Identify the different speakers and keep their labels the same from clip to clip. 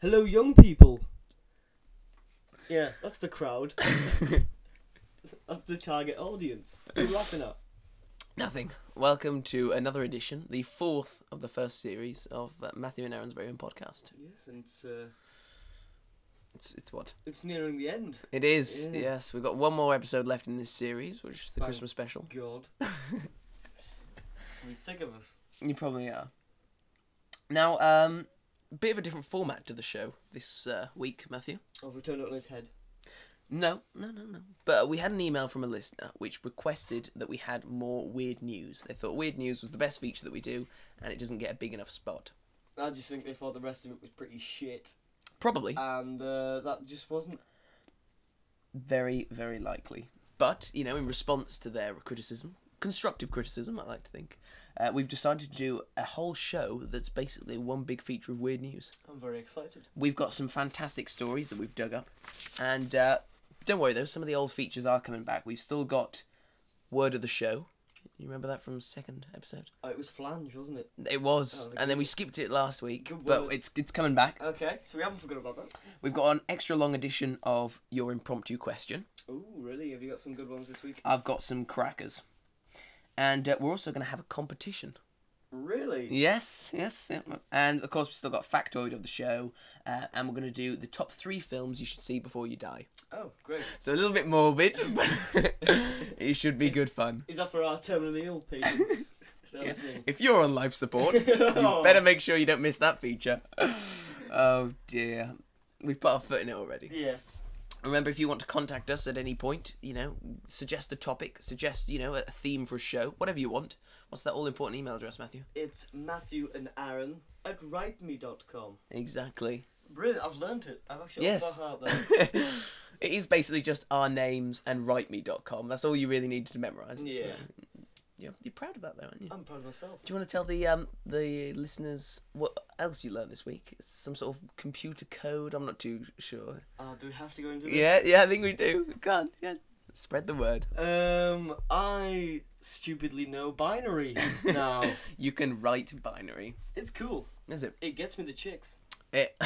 Speaker 1: hello, young people. Yeah, that's the crowd. that's the target audience. What are you laughing at?
Speaker 2: Nothing. Welcome to another edition, the fourth of the first series of uh, Matthew and Aaron's very own podcast.
Speaker 1: Yes, and it's uh,
Speaker 2: It's it's what
Speaker 1: it's nearing the end.
Speaker 2: it is.
Speaker 1: Yeah.
Speaker 2: Yes, we've got one more episode left in this series, which is the
Speaker 1: Thank
Speaker 2: Christmas special.
Speaker 1: God, we're sick of us.
Speaker 2: You probably are. Now, um, bit of a different format to the show this uh, week, Matthew.
Speaker 1: Oh, we turned it on its head.
Speaker 2: No, no, no, no. But we had an email from a listener which requested that we had more weird news. They thought weird news was the best feature that we do, and it doesn't get a big enough spot.
Speaker 1: I just think they thought the rest of it was pretty shit,
Speaker 2: Probably.
Speaker 1: and uh, that just wasn't.
Speaker 2: Very, very likely. But, you know, in response to their criticism, constructive criticism, I like to think, uh, we've decided to do a whole show that's basically one big feature of weird news.
Speaker 1: I'm very excited.
Speaker 2: We've got some fantastic stories that we've dug up. And uh, don't worry, though, some of the old features are coming back. We've still got Word of the Show. You remember that from second episode?
Speaker 1: Oh, it was flange, wasn't it?
Speaker 2: It was,
Speaker 1: was a
Speaker 2: and then we skipped it last week,
Speaker 1: Good
Speaker 2: but
Speaker 1: word.
Speaker 2: it's it's coming back.
Speaker 1: Okay, so we haven't forgotten about that.
Speaker 2: We've got an extra long edition of your impromptu question.
Speaker 1: Ooh, really? Have you got some good ones this week?
Speaker 2: I've got some crackers, and uh, we're also going to have a competition.
Speaker 1: Really?
Speaker 2: Yes, yes, yeah. and of course we've still got factoid of the show, uh, and we're going to do the top three films you should see before you die.
Speaker 1: Oh, great.
Speaker 2: So a little bit morbid, but it should be good fun.
Speaker 1: Is that for our terminally ill patients? They're
Speaker 2: Yeah.
Speaker 1: listening.
Speaker 2: If you're on life support, you
Speaker 1: Oh.
Speaker 2: better make sure you don't miss that feature. oh dear, we've put our foot in it already.
Speaker 1: Yes.
Speaker 2: Remember, if you want to contact us at any point, you know, suggest a topic, suggest, you know, a theme for a show, whatever you want. What's that all important email address, Matthew?
Speaker 1: It's Matthew and Aaron at writeme.com.
Speaker 2: Exactly.
Speaker 1: Brilliant, I've learned it. I've actually
Speaker 2: Yes.
Speaker 1: off by heart there.
Speaker 2: it is basically just our names and writeme.com. That's all you really needed to memorize.
Speaker 1: Yeah.
Speaker 2: You're, you're proud of that, though, aren't you?
Speaker 1: I'm proud of myself.
Speaker 2: Do you want to tell the um the listeners what else you learned this week? It's some sort of computer code. I'm not too sure.
Speaker 1: Oh, do we have to go into this?
Speaker 2: Yeah, yeah, I think we do. God, yeah. Spread the word.
Speaker 1: Um, I stupidly know binary now.
Speaker 2: You can write binary.
Speaker 1: it's cool.
Speaker 2: Is it?
Speaker 1: It gets me the chicks.
Speaker 2: It-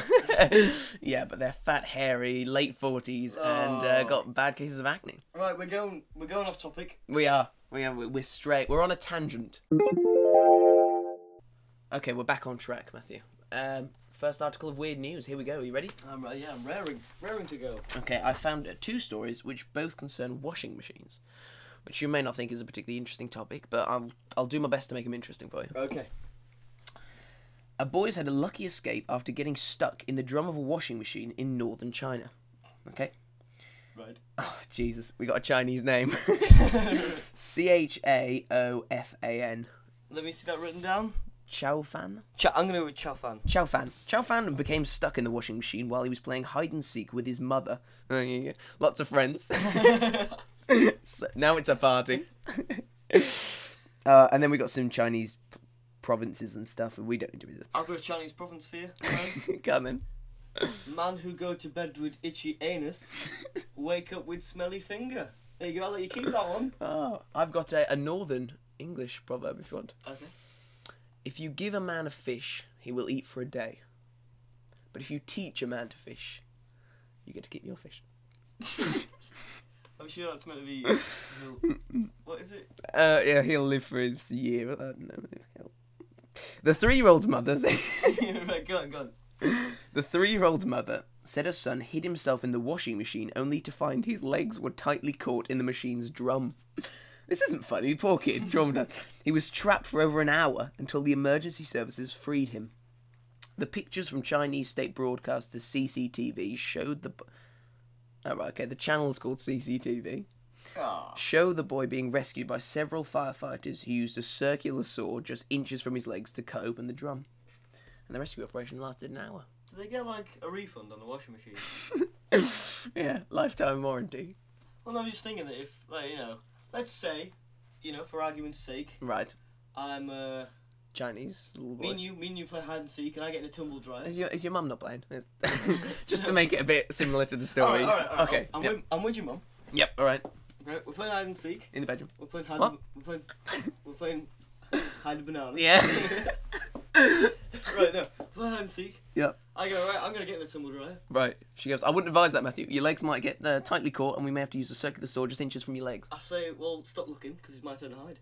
Speaker 2: yeah, but they're fat, hairy, late forties, and
Speaker 1: Oh.
Speaker 2: uh, got bad cases of acne.
Speaker 1: Right, we're going. We're going off topic.
Speaker 2: We are, we are, we're straight. We're on a tangent. Okay, we're back on track, Matthew. Um, first article of weird news. Here we go. Are you ready?
Speaker 1: I'm right. Yeah, I'm raring, raring to go.
Speaker 2: Okay, I found uh, two stories which both concern washing machines, which you may not think is a particularly interesting topic, but I'll I'll do my best to make them interesting for you.
Speaker 1: Okay.
Speaker 2: A boy's had a lucky escape after getting stuck in the drum of a washing machine in northern China. Okay.
Speaker 1: Right.
Speaker 2: Oh, Jesus, we got a Chinese name. C H A O F A N.
Speaker 1: Let me see that written down.
Speaker 2: Chao Fan?
Speaker 1: Cha- I'm gonna go with Chafan.
Speaker 2: Chao Fan. Chao Fan became stuck in the washing machine while he was playing hide and seek with his mother. Oh, yeah, yeah. Lots of friends. so, now it's a party. uh, and then we got some Chinese p- provinces and stuff, and we don't need to do
Speaker 1: I'll go with Chinese province fear. Right?
Speaker 2: that. Come in.
Speaker 1: Man who go to bed with itchy anus, wake up with smelly finger. There you go. I'll let you keep that one.
Speaker 2: Oh, I've got a, a northern English proverb if you want.
Speaker 1: Okay.
Speaker 2: If you give a man a fish, he will eat for a day. But if you teach a man to fish, you get to keep your fish.
Speaker 1: I'm sure that's meant to be. what is it?
Speaker 2: Uh, yeah, he'll live for his year. I don't know. He'll- The three-year-old's mother.
Speaker 1: right, go on, go on.
Speaker 2: the three-year-old's mother said her son hid himself in the washing machine only to find his legs were tightly caught in the machine's drum. This isn't funny. Poor kid, traumatized. He was trapped for over an hour until the emergency services freed him. The pictures from Chinese state broadcaster CCTV showed the. b- Oh, right, okay. The channel's called CCTV.
Speaker 1: Ah.
Speaker 2: show the boy being rescued by several firefighters who used a circular saw just inches from his legs to cut open the drum. And the rescue operation lasted an hour.
Speaker 1: Do they get like a refund on the washing machine?
Speaker 2: yeah, lifetime warranty.
Speaker 1: Well, I'm just thinking that if, like, you know, let's say, you know, for argument's sake,
Speaker 2: Right,
Speaker 1: I'm uh,
Speaker 2: Chinese little
Speaker 1: me and
Speaker 2: boy.
Speaker 1: you, me and you play hide and seek, and I get in a tumble dryer.
Speaker 2: Is your is your mum not playing? just to make it a bit similar to the story. okay.
Speaker 1: I'm,
Speaker 2: yep.
Speaker 1: with, I'm with you, mum.
Speaker 2: yep. All right.
Speaker 1: Right, we're playing hide and seek.
Speaker 2: In the bedroom.
Speaker 1: We're playing hide.
Speaker 2: What?
Speaker 1: We're playing. We're playing hide a banana.
Speaker 2: Yeah.
Speaker 1: right, no, we're Nancy,
Speaker 2: Yeah.
Speaker 1: I go right. I'm gonna get this tumble dryer.
Speaker 2: Right. She goes, I wouldn't advise that, Matthew. Your legs might get uh, tightly caught, and we may have to use a circular saw just inches from your legs.
Speaker 1: I say, well, stop looking because it's my turn to hide.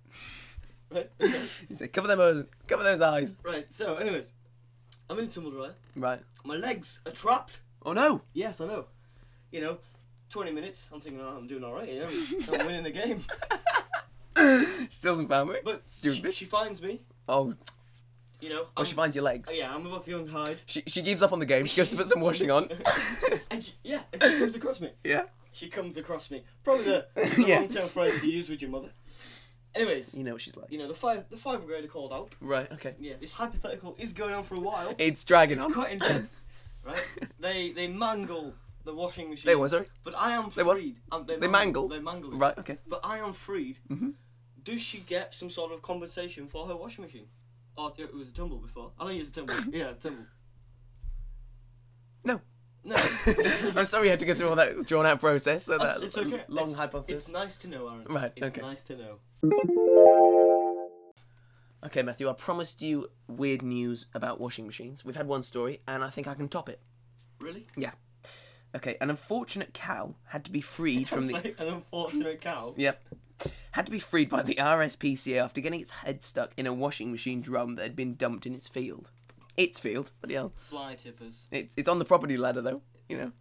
Speaker 1: right. Okay.
Speaker 2: She said, cover them eyes. Cover those eyes.
Speaker 1: Right. So, anyways, I'm in the tumble dryer.
Speaker 2: Right.
Speaker 1: My legs are trapped.
Speaker 2: Oh no.
Speaker 1: Yes, I know. You know, 20 minutes. I'm thinking, oh, I'm doing all right. You know, I'm winning the game.
Speaker 2: Still doesn't find me.
Speaker 1: But
Speaker 2: Stupid
Speaker 1: She,
Speaker 2: bitch.
Speaker 1: she finds me.
Speaker 2: Oh,
Speaker 1: You know.
Speaker 2: oh,
Speaker 1: I'm,
Speaker 2: she finds your legs.
Speaker 1: yeah, I'm about to go and hide.
Speaker 2: She, she gives up on the game. She goes to put some washing on.
Speaker 1: And she, yeah, and she comes across me.
Speaker 2: yeah.
Speaker 1: She comes across me. Probably the, the
Speaker 2: Yeah.
Speaker 1: long-term phrase to use with your mother. Anyways,
Speaker 2: You know what she's like.
Speaker 1: you know, the fire, the fire brigade are called out.
Speaker 2: Right. Okay.
Speaker 1: Yeah, this hypothetical is going on for a while.
Speaker 2: It's dragging on.
Speaker 1: It's quite in depth, right? They they mangle the washing machine.
Speaker 2: They what? Sorry.
Speaker 1: But I am
Speaker 2: what?
Speaker 1: freed. Um, they,
Speaker 2: They mangle?
Speaker 1: They mangle. it.
Speaker 2: Right. Okay. Mm-hmm.
Speaker 1: But I am freed. Does she get some sort of compensation for her washing machine? Oh, it was a tumble before. I think it's a tumble. yeah, a tumble.
Speaker 2: No.
Speaker 1: No,
Speaker 2: I'm sorry you had to go through all that drawn out process. So
Speaker 1: That's-
Speaker 2: that
Speaker 1: it's okay.
Speaker 2: long
Speaker 1: It's-
Speaker 2: hypothesis.
Speaker 1: It's nice to know, Aaron.
Speaker 2: Right,
Speaker 1: It's
Speaker 2: okay.
Speaker 1: nice to know.
Speaker 2: Okay, Matthew, I promised you weird news about washing machines. We've had one story, and I think I can top it.
Speaker 1: Really?
Speaker 2: Yeah. Okay, an unfortunate cow had to be freed from
Speaker 1: It's
Speaker 2: the.
Speaker 1: like an unfortunate cow.
Speaker 2: Yep. Had to be freed by the RSPCA after getting its head stuck in a washing machine drum that had been dumped in its field. Its field, but yeah.
Speaker 1: Fly tippers.
Speaker 2: It's, it's on the property ladder, though, you know.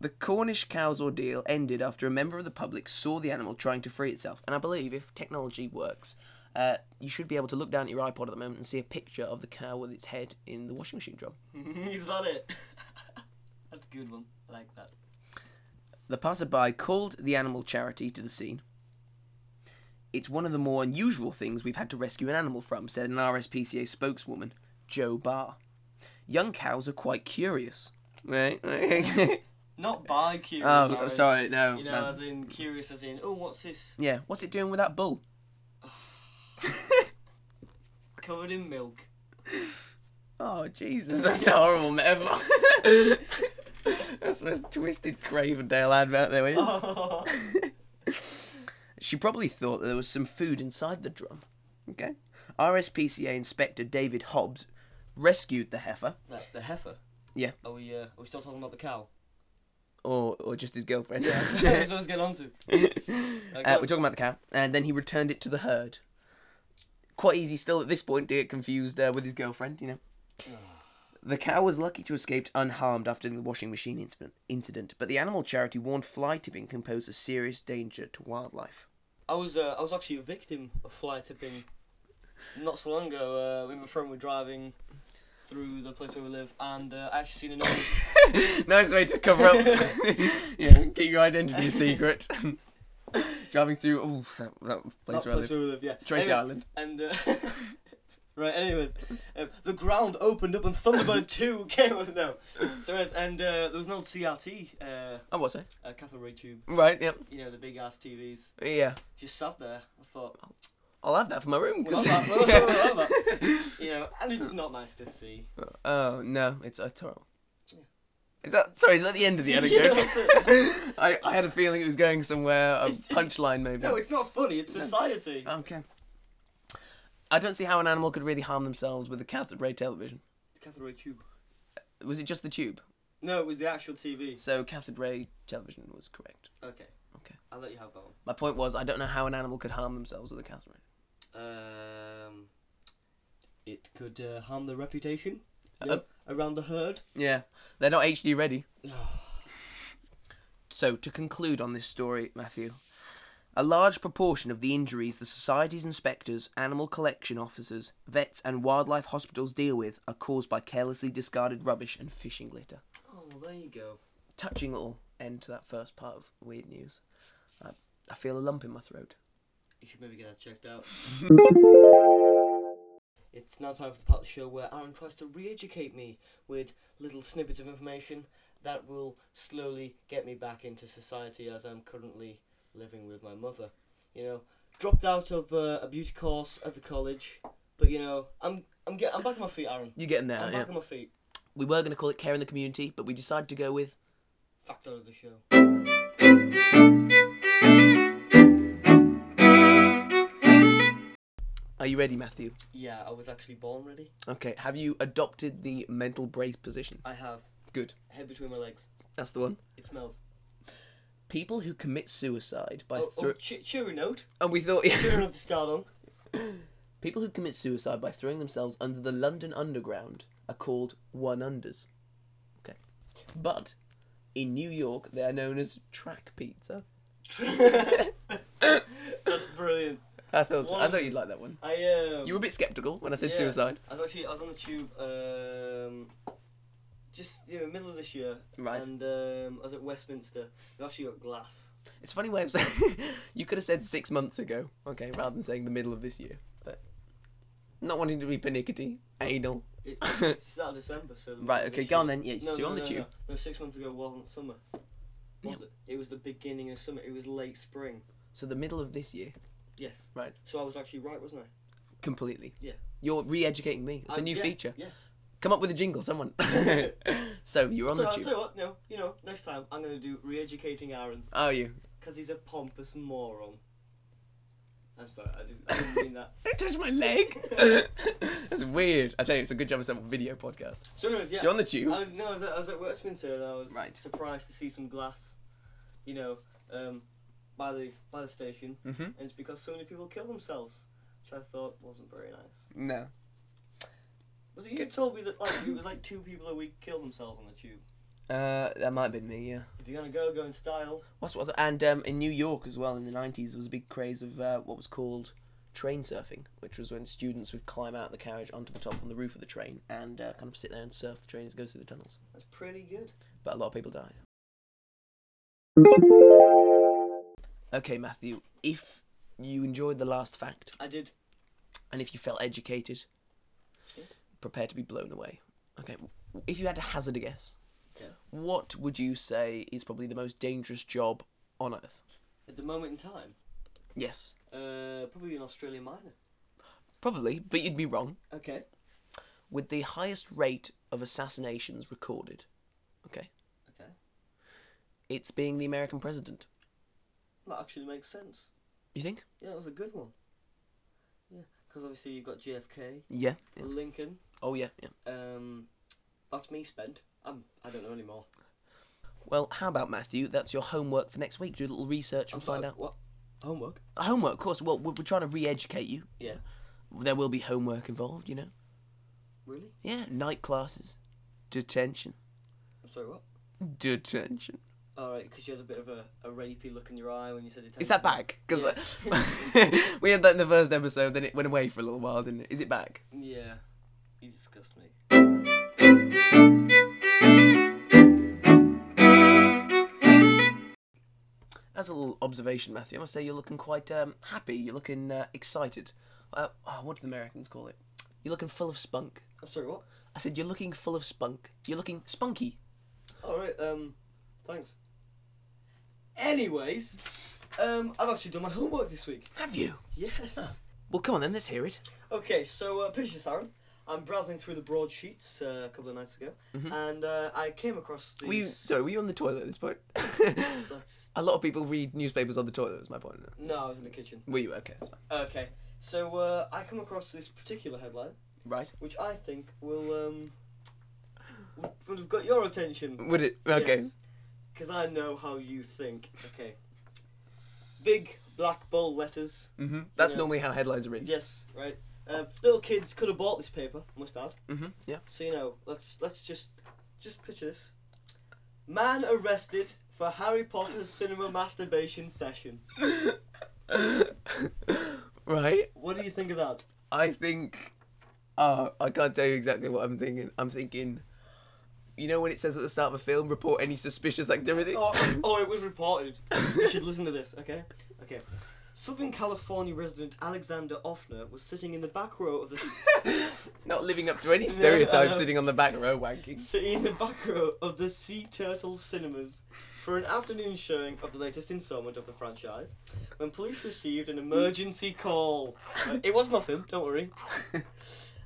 Speaker 2: the Cornish cow's ordeal ended after a member of the public saw the animal trying to free itself. And I believe if technology works, uh, you should be able to look down at your iPod at the moment and see a picture of the cow with its head in the washing machine drum.
Speaker 1: Is that it? That's a good one. I like that.
Speaker 2: The passerby called the animal charity to the scene. It's one of the more unusual things we've had to rescue an animal from, said an RSPCA spokeswoman, Joe Barr. Young cows are quite curious. Right?
Speaker 1: Not by curious.
Speaker 2: oh,
Speaker 1: Aaron.
Speaker 2: sorry, no.
Speaker 1: You know,
Speaker 2: no.
Speaker 1: as in curious, as in, oh, what's this?
Speaker 2: Yeah, what's it doing with that bull?
Speaker 1: Covered in milk.
Speaker 2: Oh Jesus, that's a horrible metaphor. that's the most twisted Cravendale advert there is.
Speaker 1: Oh.
Speaker 2: She probably thought that there was some food inside the drum. Okay. RSPCA inspector David Hobbs rescued the heifer,
Speaker 1: the, the heifer.
Speaker 2: Yeah.
Speaker 1: Are we uh, are we still talking about the cow?
Speaker 2: or or just his girlfriend.
Speaker 1: That's what I was getting on to. Like,
Speaker 2: Uh, we're talking about the cow, and then he returned it to the herd. Quite easy still at this point to get confused uh, with his girlfriend, you know. The cow was lucky to escape unharmed after the washing machine incident- incident, but the animal charity warned fly tipping can pose a serious danger to wildlife.
Speaker 1: I was uh, I was actually a victim of fly tipping not so long ago. Uh, me and my friend were driving through the place where we live, and uh, I actually seen an old
Speaker 2: nice way to cover up. yeah, get your identity secret. Driving through, oh, that, that place
Speaker 1: that
Speaker 2: where I
Speaker 1: place
Speaker 2: live.
Speaker 1: where we live. Yeah,
Speaker 2: Tracy
Speaker 1: Anyways,
Speaker 2: Island.
Speaker 1: And uh, right, anyways, um, the ground opened up, and Thunderbird Two came up now. So, anyways, and uh, there was an old CRT, uh,
Speaker 2: Oh, what's it?
Speaker 1: a cathode ray tube.
Speaker 2: Right, yep.
Speaker 1: You know the big ass TVs.
Speaker 2: Yeah.
Speaker 1: Just sat there. I thought,
Speaker 2: Oh, I'll have that for my room.
Speaker 1: We'll
Speaker 2: 'cause-
Speaker 1: have that, we'll have that. you know, and it's not nice to see.
Speaker 2: Oh no, it's a turtle. Is that sorry? Is that the end of the anecdote?
Speaker 1: that's it.
Speaker 2: I, I had a feeling it was going somewhere, a
Speaker 1: It's- it's-
Speaker 2: punchline maybe.
Speaker 1: no, it's not funny. It's society.
Speaker 2: okay. I don't see how an animal could really harm themselves with a cathode ray television.
Speaker 1: Cathode ray tube.
Speaker 2: Was it just the tube?
Speaker 1: No, it was the actual TV.
Speaker 2: So cathode ray television was correct.
Speaker 1: Okay,
Speaker 2: Okay.
Speaker 1: I'll let you have that one.
Speaker 2: My point was I don't know how an animal could harm themselves with a cathode ray.
Speaker 1: Um, it could uh, harm the reputation you
Speaker 2: Uh,
Speaker 1: know, around the herd.
Speaker 2: Yeah, they're not HD ready.
Speaker 1: Oh,
Speaker 2: So, to conclude on this story, Matthew, a large proportion of the injuries the Society's inspectors, animal collection officers, vets, and wildlife hospitals deal with are caused by carelessly discarded rubbish and fishing litter.
Speaker 1: Oh, well, there you go.
Speaker 2: Touching little end to that first part of Weird News. I, I feel a lump in my throat.
Speaker 1: You should maybe get that checked out. it's now time for the part of the show where Aaron tries to re educate me with little snippets of information that will slowly get me back into society as I'm currently living with my mother. You know, dropped out of uh, a beauty course at the college, but you know, I'm I'm get, I'm back on my feet, Aaron.
Speaker 2: You're getting there,
Speaker 1: I'm
Speaker 2: yeah.
Speaker 1: back on my feet.
Speaker 2: We were going to call it Care in the Community, but we decided to go with.
Speaker 1: Factor of the show.
Speaker 2: Are you ready, Matthew?
Speaker 1: Yeah, I was actually born ready.
Speaker 2: Okay. Have you adopted the mental brace position?
Speaker 1: I have
Speaker 2: Good.
Speaker 1: head between my legs.
Speaker 2: That's the one.
Speaker 1: It smells.
Speaker 2: People who commit suicide by
Speaker 1: Oh,
Speaker 2: thro-
Speaker 1: oh che- cheery note.
Speaker 2: and we thought
Speaker 1: Cheery enough to start on.
Speaker 2: people who commit suicide by throwing themselves under the London Underground are called one unders. Okay. But in New York, they are known as track pizza.
Speaker 1: That's brilliant.
Speaker 2: I thought I
Speaker 1: One
Speaker 2: thought you'd
Speaker 1: unders.
Speaker 2: like that one.
Speaker 1: I um.
Speaker 2: You were a bit skeptical when I said
Speaker 1: yeah,
Speaker 2: suicide.
Speaker 1: I was actually I was on the tube um, just you know middle of this year.
Speaker 2: Right.
Speaker 1: And um, I was at Westminster. They've actually got glass.
Speaker 2: It's a funny way of saying you could have said six months ago, okay, rather than saying the middle of this year. But not wanting to be pernickety, anal.
Speaker 1: It, it's out of December, so the
Speaker 2: Right,
Speaker 1: middle of
Speaker 2: okay,
Speaker 1: this
Speaker 2: go
Speaker 1: year.
Speaker 2: on then. Yeah, so you're on the
Speaker 1: no,
Speaker 2: tube.
Speaker 1: No, no, six months ago wasn't summer. Was it? It was the beginning of summer. It was late spring.
Speaker 2: So the middle of this year,
Speaker 1: Yes.
Speaker 2: Right.
Speaker 1: So I was actually right, wasn't I?
Speaker 2: completely.
Speaker 1: Yeah.
Speaker 2: You're re-educating me. It's a
Speaker 1: I-
Speaker 2: new
Speaker 1: yeah,
Speaker 2: feature.
Speaker 1: Yeah.
Speaker 2: Come up with a jingle, someone. so you're on
Speaker 1: so
Speaker 2: the
Speaker 1: I'll
Speaker 2: tube.
Speaker 1: tell you what, no, you know, next time I'm going to do re-educating Aaron
Speaker 2: Are you?
Speaker 1: because he's a pompous moron. I'm sorry, I didn't, I didn't mean that.
Speaker 2: Don't touch my leg. That's weird. I tell you, it's a good job it's a video podcast.
Speaker 1: So anyways, yeah.
Speaker 2: So you're on the tube.
Speaker 1: I was no, I was, at, I was at Westminster and I was
Speaker 2: Right.
Speaker 1: surprised to see some glass, you know, um, by the by the station,
Speaker 2: Mm-hmm.
Speaker 1: and it's because so many people kill themselves, which I thought wasn't very nice.
Speaker 2: No.
Speaker 1: Was it you who told me that like it was like two people a week kill themselves on the tube?
Speaker 2: Uh, that might have been me. Yeah.
Speaker 1: If you're gonna go, go in style.
Speaker 2: What's what? And um, in New York as well, in the nineties, there was a big craze of uh, what was called train surfing, which was when students would climb out the carriage onto the top on the roof of the train and uh, kind of sit there and surf the train as it goes through the tunnels.
Speaker 1: That's pretty good.
Speaker 2: But a lot of people died. Okay, Matthew. If you enjoyed the last fact,
Speaker 1: I did.
Speaker 2: and if you felt educated,
Speaker 1: Yeah.
Speaker 2: prepare to be blown away. Okay, w- if you had to hazard a guess,
Speaker 1: Yeah.
Speaker 2: what would you say is probably the most dangerous job on earth?
Speaker 1: At the moment in time,
Speaker 2: Yes,
Speaker 1: uh, probably an Australian miner.
Speaker 2: probably, but you'd be wrong.
Speaker 1: Okay.
Speaker 2: With the highest rate of assassinations recorded, okay,
Speaker 1: Okay.
Speaker 2: it's being the American president.
Speaker 1: That actually makes sense.
Speaker 2: You think?
Speaker 1: Yeah, that was a good one. Yeah, because obviously you've got JFK,
Speaker 2: Yeah. yeah.
Speaker 1: Lincoln.
Speaker 2: Oh yeah, yeah.
Speaker 1: Um, that's me spent. I'm. I don't know anymore.
Speaker 2: Well, how about Matthew? That's your homework for next week. Do a little research and
Speaker 1: I'm sorry,
Speaker 2: find out.
Speaker 1: Uh, what homework.
Speaker 2: Homework, of course. Well, we're we're trying to re-educate you.
Speaker 1: Yeah.
Speaker 2: There will be homework involved, you know.
Speaker 1: Really?
Speaker 2: Yeah, night classes, detention,
Speaker 1: I'm sorry. What?
Speaker 2: detention.
Speaker 1: All right, because you had a bit of a, a rapey look in your eye when you said it.
Speaker 2: Is that back? Because we had that in the first episode, then it went away for a little while, didn't it? Is it back?
Speaker 1: Yeah. You disgust me.
Speaker 2: As a little observation, Matthew, I must say you're looking quite um, happy. You're looking uh, excited. Uh, oh, what do the Americans call it? You're looking full of spunk.
Speaker 1: I'm sorry. What?
Speaker 2: I said you're looking full of spunk. You're looking spunky.
Speaker 1: All right. Um, thanks. Anyways, um, I've actually done my homework this week.
Speaker 2: Have you?
Speaker 1: Yes.
Speaker 2: Well, come on then. Let's hear it.
Speaker 1: Okay, so uh, picture Aaron. I'm browsing through the broadsheets uh, a couple of nights ago, and uh, I came across these.
Speaker 2: Were you sorry? Were you on the toilet at this point?
Speaker 1: That's
Speaker 2: a lot of people read newspapers on the toilet. Is my point.
Speaker 1: no, I was in the kitchen.
Speaker 2: Were you okay? That's fine.
Speaker 1: Okay, so uh, I come across this particular headline,
Speaker 2: Right.
Speaker 1: which I think will um, would- would have got your attention.
Speaker 2: Would it? Okay.
Speaker 1: Because I know how you think. Okay. Big black bold letters.
Speaker 2: hmm That's
Speaker 1: Yeah.
Speaker 2: normally how headlines are written.
Speaker 1: Yes, right. Um, little kids could have bought this paper, must add.
Speaker 2: hmm Yeah.
Speaker 1: So you know, let's let's just just picture this. Man arrested for Harry Potter's cinema masturbation session.
Speaker 2: right.
Speaker 1: What do you think of that?
Speaker 2: I think. Uh, I can't tell you exactly what I'm thinking. I'm thinking. You know when it says at the start of a film, report any suspicious activity.
Speaker 1: Oh, oh, it was reported. You should listen to this, okay? Okay. Southern California resident Alexander Offner was sitting in the back row of the s-
Speaker 2: Not living up to any
Speaker 1: know.
Speaker 2: stereotype, sitting on the back row wanking.
Speaker 1: sitting in the back row of the Sea Turtle Cinemas for an afternoon showing of the latest installment of the franchise when police received an emergency call. Uh, It was nothing, don't worry.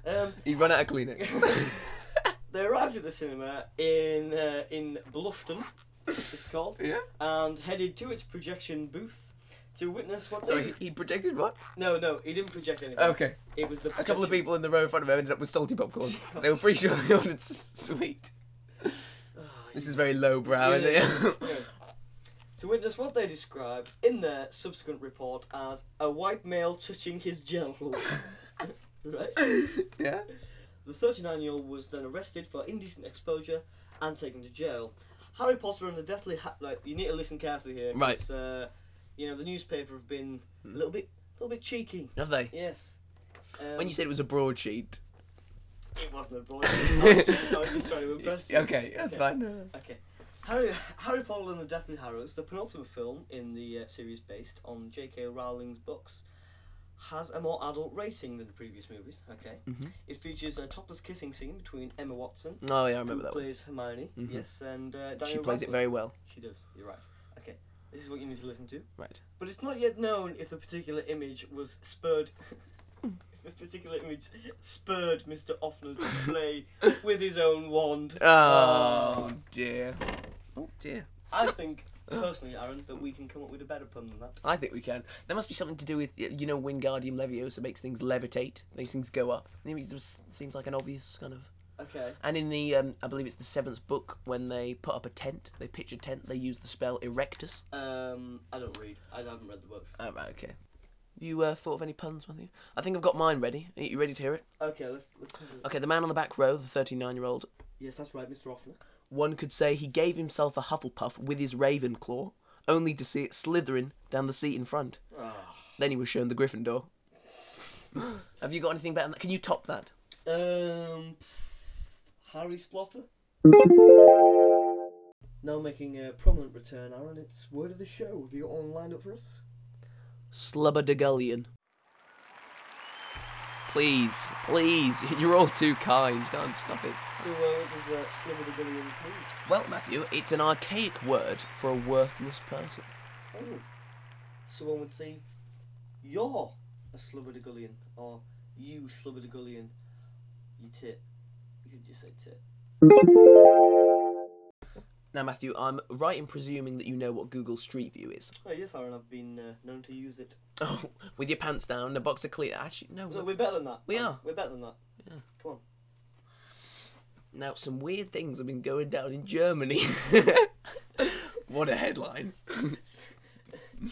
Speaker 1: Um,
Speaker 2: He'd run out of Kleenex.
Speaker 1: they arrived at the cinema in uh, in Bluffton, it's called,
Speaker 2: yeah.
Speaker 1: and headed to its projection booth to witness what
Speaker 2: Sorry,
Speaker 1: they.
Speaker 2: he projected what?
Speaker 1: No, no, he didn't project anything.
Speaker 2: Okay.
Speaker 1: It was the
Speaker 2: A couple of
Speaker 1: projection.
Speaker 2: people in the row in front of him ended up with salty popcorn. they were pretty sure they wanted s- sweet.
Speaker 1: Ah,
Speaker 2: This is very lowbrow, isn't it?
Speaker 1: Yeah. To witness what they describe in their subsequent report as a white male touching his genitals. right?
Speaker 2: yeah.
Speaker 1: The 39 year old was then arrested for indecent exposure and taken to jail. Harry Potter and the Deathly Hat. Like, you need to listen carefully here. 'cause, Uh, you know, the newspaper have been a
Speaker 2: Hmm.
Speaker 1: little bit, little bit cheeky.
Speaker 2: Have they?
Speaker 1: Yes. Um,
Speaker 2: When you said it was a broadsheet.
Speaker 1: it wasn't a boy, I was just, I was just trying to impress you.
Speaker 2: Okay, that's fine.
Speaker 1: Okay. Harry, Harry Potter and the Deathly Harrows, the penultimate film in the uh, series based on J.K. Rowling's books, has a more adult rating than the previous movies. Okay.
Speaker 2: Mm-hmm.
Speaker 1: It features a topless kissing scene between Emma Watson,
Speaker 2: Oh yeah, I
Speaker 1: who
Speaker 2: remember that one. Mm-hmm.
Speaker 1: plays Hermione, yes, and uh, Daniel
Speaker 2: She plays it
Speaker 1: Radcliffe.
Speaker 2: very well.
Speaker 1: She does. You're right. Okay. This is what you need to listen to.
Speaker 2: Right.
Speaker 1: But it's not yet known if the particular image was spurred. if the particular image spurred Mr. Offner's play with his own wand. Um,
Speaker 2: Oh dear. Oh dear.
Speaker 1: I think, personally, Aaron, that we can come up with a better pun than that.
Speaker 2: I think we can. There must be something to do with y- you know Wingardium Leviosa makes things levitate, makes things go up. I mean, It just seems like an obvious kind of.
Speaker 1: Okay.
Speaker 2: And in the um, I believe it's the seventh book when they put up a tent, they pitch a tent, they use the spell Erectus.
Speaker 1: Um, I don't read. I haven't read the books.
Speaker 2: Oh right, okay. You uh, thought of any puns, Matthew? I think I've got mine ready. Are you ready to hear it?
Speaker 1: Okay, let's let's. have a-
Speaker 2: Okay, the man on the back row, the thirty-nine-year-old,
Speaker 1: Yes, that's right, Mr. Offner.
Speaker 2: One could say he gave himself a Hufflepuff with his raven claw, only to see it slithering down the seat in front.
Speaker 1: Ah.
Speaker 2: Then he was shown the Gryffindor. Have you got anything better than that? Can you top that?
Speaker 1: Um, Harry Splotter. Now making a prominent return, Aaron. It's word of the show. Have you got one lined up for us?
Speaker 2: Slubberdagullion. Please, please, you're all too kind. Go and stop it.
Speaker 1: So, uh, what does uh, Sliver the Billion mean?
Speaker 2: Well, Matthew, it's an archaic word for a worthless person.
Speaker 1: Oh, someone would say, "You're a Sliver the Gullion," or "You Sliver the Gullion." You tit. You could just say tit.
Speaker 2: Now, Matthew, I'm right in presuming that you know what Google Street View is.
Speaker 1: Oh yes, Aaron. I've been uh, known to use it.
Speaker 2: Oh, with your pants down and a box of cleats. Actually, no.
Speaker 1: No, we're better than that.
Speaker 2: We
Speaker 1: Aaron.
Speaker 2: are.
Speaker 1: We're better than that.
Speaker 2: Yeah.
Speaker 1: Come on.
Speaker 2: Now, some weird things have been going down in Germany. what a headline.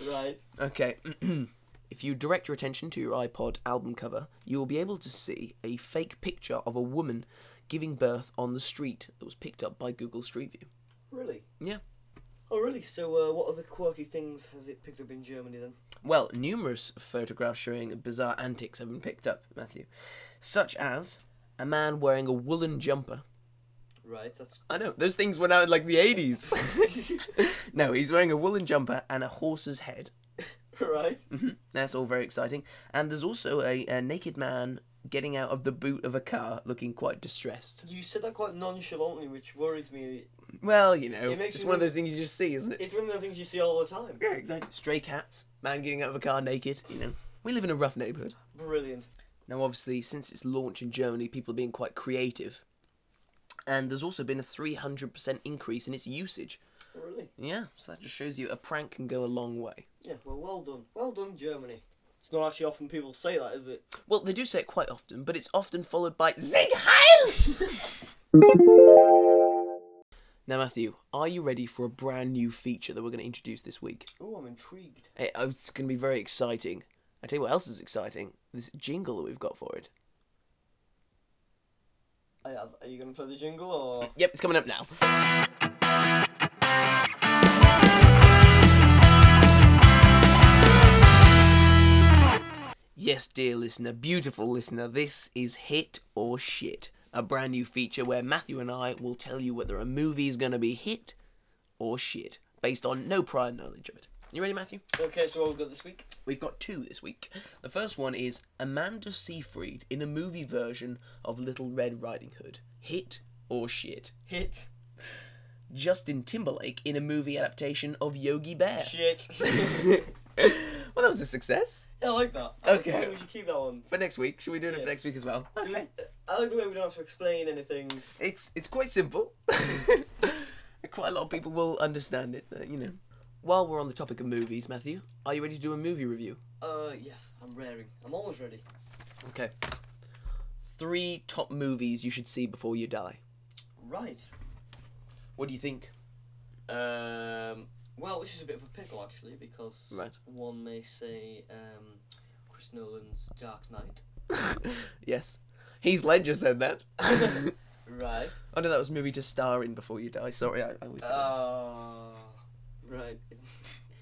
Speaker 1: Right.
Speaker 2: Okay. if you direct your attention to your iPod album cover, you will be able to see a fake picture of a woman giving birth on the street that was picked up by Google Street View.
Speaker 1: Really.
Speaker 2: Yeah.
Speaker 1: Oh, really? So, uh, what other quirky things has it picked up in Germany then?
Speaker 2: Well, numerous photographs showing bizarre antics have been picked up, Matthew, such as a man wearing a woolen jumper.
Speaker 1: Right, that's.
Speaker 2: I know, those things went out in like the 80s. no, he's wearing a woolen jumper and a horse's head.
Speaker 1: Right?
Speaker 2: That's all very exciting. And there's also a, a naked man getting out of the boot of a car looking quite distressed.
Speaker 1: You said that quite nonchalantly, which worries me.
Speaker 2: Well, you know,
Speaker 1: It makes
Speaker 2: just
Speaker 1: you
Speaker 2: one of
Speaker 1: think-
Speaker 2: those things you just see, isn't it?
Speaker 1: It's one of the things you see all the time.
Speaker 2: Yeah, exactly. Stray cats, man getting out of a car naked, you know. We live in a rough neighbourhood.
Speaker 1: Brilliant.
Speaker 2: Now, obviously, since its launch in Germany, people are being quite creative. And there's also been a 300% increase in its usage.
Speaker 1: Oh, Really?
Speaker 2: Yeah, so that just shows you a prank can go a long way.
Speaker 1: Yeah, well, well done. Well done, Germany. It's not actually often people say that, is it?
Speaker 2: Well, they do say it quite often, but it's often followed by Zig Heil! now, Matthew, are you ready for a brand new feature that we're going to introduce this week?
Speaker 1: Oh, I'm intrigued.
Speaker 2: It- oh, It's going to be very exciting. I tell you what else is exciting this jingle that we've got for it.
Speaker 1: I have, are you going to play the jingle or.
Speaker 2: Yep, it's coming up now. Yes, dear listener, beautiful listener, this is Hit or Shit, a brand new feature where Matthew and I will tell you whether a movie is going to be hit or shit, based on no prior knowledge of it. You ready, Matthew?
Speaker 1: Okay, so what we've got this week?
Speaker 2: We've got two this week. The first one is Amanda Seyfried in a movie version of Little Red Riding Hood. Hit or shit?
Speaker 1: Hit.
Speaker 2: Justin Timberlake in a movie adaptation of Yogi Bear.
Speaker 1: Shit.
Speaker 2: well, that was a success.
Speaker 1: yeah, I like that. I
Speaker 2: Okay.
Speaker 1: think we should keep that one.
Speaker 2: For next week, should we do it
Speaker 1: Yeah.
Speaker 2: for next week as well?
Speaker 1: Do we- I like the way we don't have to explain anything.
Speaker 2: It's it's quite simple. Quite a lot of people will understand it, uh, you know. While we're on the topic of movies, Matthew, are you ready to do a movie review?
Speaker 1: Uh, yes, I'm raring. I'm always ready.
Speaker 2: Okay. Three top movies you should see before you die.
Speaker 1: Right.
Speaker 2: What do you think?
Speaker 1: Um, well, this is a bit of a pickle actually because
Speaker 2: Right.
Speaker 1: one may say um, Chris Nolan's Dark Knight.
Speaker 2: yes. Heath Ledger said that. oh
Speaker 1: Right.
Speaker 2: no, that was a movie to star in before you die. Sorry, I, I always. get that.
Speaker 1: Oh,
Speaker 2: Ah.
Speaker 1: right.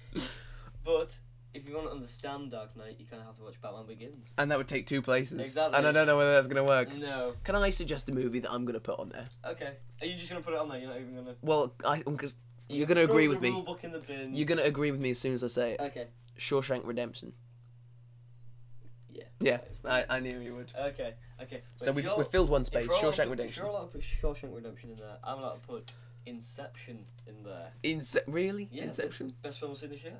Speaker 1: but if you want to understand Dark Knight, you kind of have to watch Batman Begins.
Speaker 2: and that would take two places.
Speaker 1: Exactly.
Speaker 2: And I don't know whether that's gonna work.
Speaker 1: No.
Speaker 2: Can I suggest a movie that I'm gonna put on there?
Speaker 1: Okay. Are you just gonna put it on there? You're not even gonna.
Speaker 2: Well, I, I'm gonna, you're gonna
Speaker 1: Throw
Speaker 2: agree
Speaker 1: the
Speaker 2: with me.
Speaker 1: Rule book in the bin.
Speaker 2: You're gonna agree with me as soon as I say it.
Speaker 1: Okay.
Speaker 2: Shawshank Redemption.
Speaker 1: Yeah.
Speaker 2: Yeah,
Speaker 1: that is
Speaker 2: I, I knew you would.
Speaker 1: Okay. Okay.
Speaker 2: So
Speaker 1: If
Speaker 2: we've,
Speaker 1: you're-
Speaker 2: we've filled one
Speaker 1: if
Speaker 2: space.
Speaker 1: you're allowed to-
Speaker 2: Shawshank
Speaker 1: If
Speaker 2: Redemption.
Speaker 1: you're allowed to put Shawshank Redemption in there, I'm allowed to put Inception in there.
Speaker 2: Ince- really?
Speaker 1: Yeah, but-
Speaker 2: Inception.
Speaker 1: Best film I've seen this year.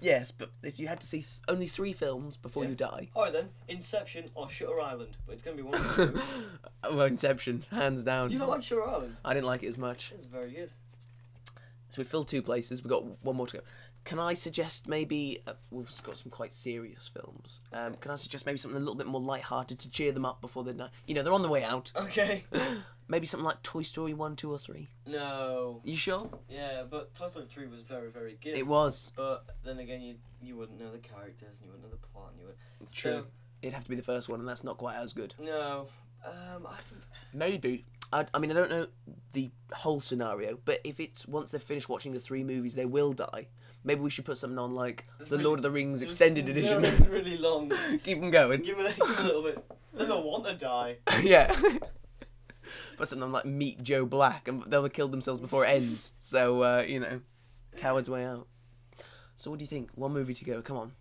Speaker 2: Yes, but if you had to see th- only three films before
Speaker 1: Yeah.
Speaker 2: you die,
Speaker 1: All right then, Inception or Shutter Island, but it's gonna be one. of the two.
Speaker 2: oh, well, Inception, hands down.
Speaker 1: Do you not like Shutter Island?
Speaker 2: I didn't like it as much.
Speaker 1: It's very good.
Speaker 2: So we filled two places. We got one more to go. Can I suggest maybe uh, we've got some quite serious films? Um, can I suggest maybe something a little bit more light-hearted to cheer them up before they're not, you know they're on the way out?
Speaker 1: Okay.
Speaker 2: Maybe something like Toy Story one, two, or three.
Speaker 1: No.
Speaker 2: You sure?
Speaker 1: Yeah, but Toy Story Three was very, very good.
Speaker 2: It was.
Speaker 1: but then again, you you wouldn't know the characters, and you wouldn't know the plot, and you would.
Speaker 2: True. It'd have to be the first one, and that's not quite as good.
Speaker 1: So, no. Um, I think
Speaker 2: Maybe. I, I mean, I don't know the whole scenario, but if it's once they've finished watching the three movies, they will die. Maybe we should put something on like the Lord of the Rings extended edition.
Speaker 1: No, it's really long.
Speaker 2: Keep them going.
Speaker 1: Give me, a- give me a little bit. They don't want to die.
Speaker 2: yeah. put something on like Meet Joe Black, and they'll have killed themselves before it ends. So uh, you know, coward's way out. So what do you think? One movie to go. Come on.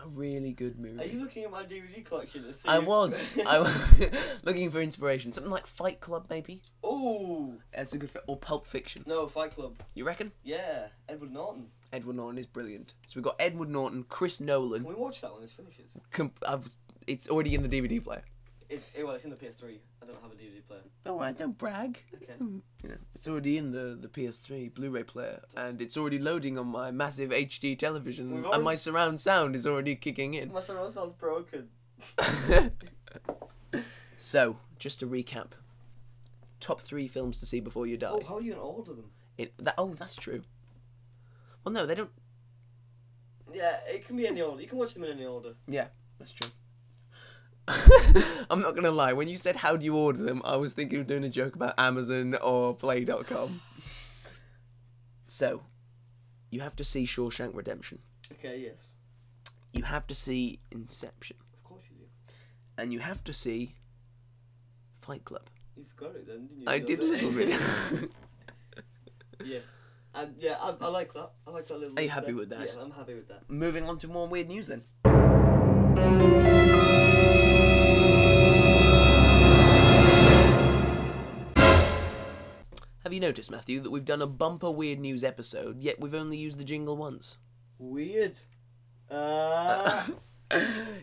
Speaker 2: A really good movie.
Speaker 1: Are you looking at my DVD collection? To see
Speaker 2: I
Speaker 1: if-
Speaker 2: was. I was looking for inspiration. Something like Fight Club, maybe.
Speaker 1: Ooh,
Speaker 2: That's a good fit. Or Pulp Fiction.
Speaker 1: no, Fight Club.
Speaker 2: You reckon?
Speaker 1: Yeah, Edward Norton.
Speaker 2: Edward Norton is brilliant. So we've got Edward Norton, Chris Nolan.
Speaker 1: Can we watch that when this finishes?
Speaker 2: Com- I've, it's already in the DVD player.
Speaker 1: It, it, well, it's in the PS3. I don't have a DVD player.
Speaker 2: Oh, I don't brag.
Speaker 1: Okay.
Speaker 2: You know, it's already in the, the PS3 Blu-ray player, and it's already loading on my massive HD television,
Speaker 1: We've
Speaker 2: and
Speaker 1: already-
Speaker 2: my surround sound is already kicking in.
Speaker 1: My surround sounds broken.
Speaker 2: so, just to recap, top three films to see before you die.
Speaker 1: Oh, how are you gonna order them?
Speaker 2: It, that, oh, that's true. Well, no, they don't.
Speaker 1: Yeah, it can be any order. You can watch them in any order.
Speaker 2: Yeah, that's true. I'm not gonna lie. When you said how do you order them, I was thinking of doing a joke about Amazon or Play.com. so, you have to see Shawshank Redemption.
Speaker 1: Okay, yes.
Speaker 2: You have to see Inception,
Speaker 1: Of course you do.
Speaker 2: and you have to see Fight Club.
Speaker 1: You forgot it then, didn't you?
Speaker 2: I did a little bit.
Speaker 1: yes. And yeah, I, I like that. I like that little.
Speaker 2: Are you
Speaker 1: step.
Speaker 2: happy with that?
Speaker 1: Yeah, I'm happy with that.
Speaker 2: Moving on to more weird news then. Have you noticed, Matthew, that we've done a bumper weird news episode, yet we've only used the jingle once?
Speaker 1: Weird. Uh,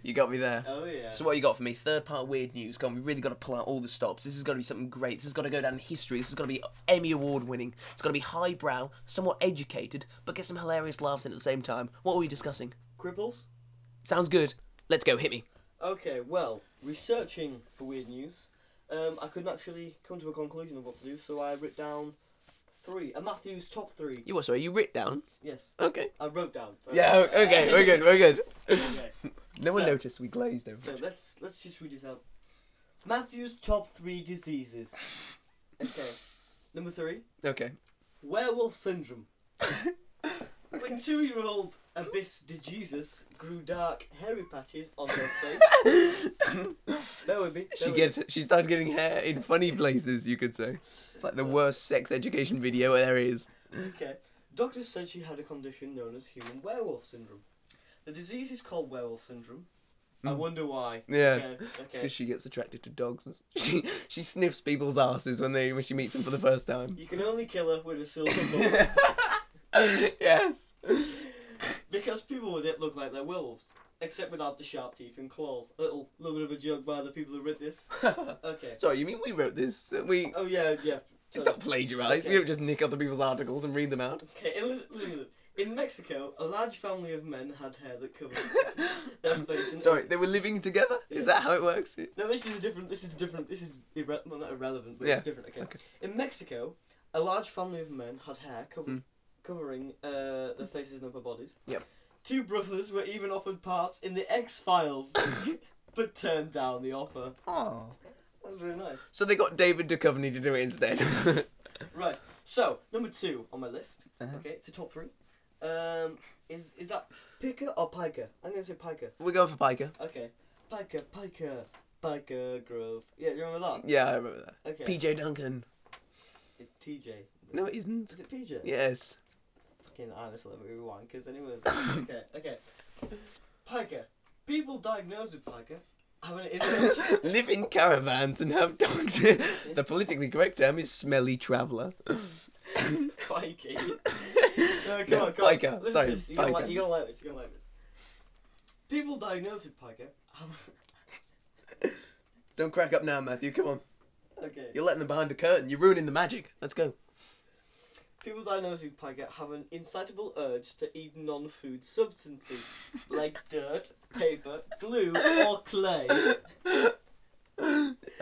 Speaker 2: you got me there.
Speaker 1: oh yeah.
Speaker 2: So what you got for me? Third part weird news. Come on, we really got to pull out all the stops. This is got to be something great. This has got to go down in history. This has got to be Emmy award winning. It's got to be highbrow, somewhat educated, but get some hilarious laughs in at the same time. What are we discussing?
Speaker 1: Cripples.
Speaker 2: Sounds good. Let's go. Hit me.
Speaker 1: Okay, well, researching for weird news, um, I couldn't actually come to a conclusion of what to do, so I wrote down three. A Matthews top three.
Speaker 2: You what? Sorry, you writ down.
Speaker 1: Yes,
Speaker 2: Okay.
Speaker 1: I wrote down. so-
Speaker 2: Yeah. o- Okay. We're good. We're good.
Speaker 1: okay.
Speaker 2: No one
Speaker 1: So-
Speaker 2: noticed. We glazed over.
Speaker 1: So let's let's just read this out. Matthew's top three diseases. Okay. Number three,
Speaker 2: Okay.
Speaker 1: werewolf syndrome. When two-year-old Abyss de Jesus grew dark, hairy patches on her face. Bear with me. bear
Speaker 2: She
Speaker 1: with
Speaker 2: get. She started getting hair in funny places. You could say. It's like the worst sex education video there is.
Speaker 1: me. Okay. Doctors said she had a condition known as human werewolf syndrome. The disease is called werewolf syndrome. I wonder why.
Speaker 2: Hmm. Yeah.
Speaker 1: Okay,
Speaker 2: It's
Speaker 1: okay.
Speaker 2: because she gets attracted to dogs. She she sniffs people's asses when they when she meets them for the first time.
Speaker 1: You can only kill her with a silver bullet
Speaker 2: yes.
Speaker 1: because people with it look like they're werewolves, except without the sharp teeth and claws. A little, little bit of a joke by the people who read this. Okay.
Speaker 2: Sorry, you mean we wrote this? We
Speaker 1: Oh yeah, yeah.
Speaker 2: It's not plagiarised. We don't just nick other people's articles and read them out.
Speaker 1: Okay, and listen, listen to this. In Mexico, a large family of men had hair that covered their face. And
Speaker 2: Sorry, they were living together. Is that how it works?
Speaker 1: No, this is a different. This is different. This is irre- well, not irrelevant, but
Speaker 2: Yeah,
Speaker 1: it's different. Okay.
Speaker 2: okay.
Speaker 1: In Mexico, a large family of men had hair covered, covering uh, their faces and upper bodies.
Speaker 2: Hmm. Yep.
Speaker 1: Two brothers were even offered parts in the X Files, but turned down the offer.
Speaker 2: Oh.
Speaker 1: That was really nice.
Speaker 2: So they got David Duchovny to do it instead.
Speaker 1: Right. So number two on my list.
Speaker 2: Uh-huh.
Speaker 1: Okay, it's a top three. Um, is is that picker or piker? I'm gonna say piker.
Speaker 2: we're going for Piker.
Speaker 1: Okay, piker, piker, piker Grove. Yeah, do you remember that?
Speaker 2: Yeah, I remember that.
Speaker 1: Okay.
Speaker 2: PJ Duncan.
Speaker 1: It's TJ.
Speaker 2: No, it isn't.
Speaker 1: Is it PJ?
Speaker 2: Yes.
Speaker 1: Fucking honest, let me rewind, because anyways. okay, okay. Piker. People diagnosed with Piker have an inability.
Speaker 2: Live in caravans and have dogs. the politically correct term is smelly traveller.
Speaker 1: Pikey. No, come
Speaker 2: No,
Speaker 1: on, come
Speaker 2: piker,
Speaker 1: on. Listen
Speaker 2: sorry,
Speaker 1: to this. You're gonna,
Speaker 2: piker.
Speaker 1: like, you're gonna like this, you're gonna like this. People diagnosed with Piker have.
Speaker 2: Don't crack up now, Matthew. Come on.
Speaker 1: Okay.
Speaker 2: You're letting them behind the curtain. You're ruining the magic. Let's go.
Speaker 1: People diagnosed with Piker have an incitable urge to eat non food substances like dirt, paper, glue, or clay.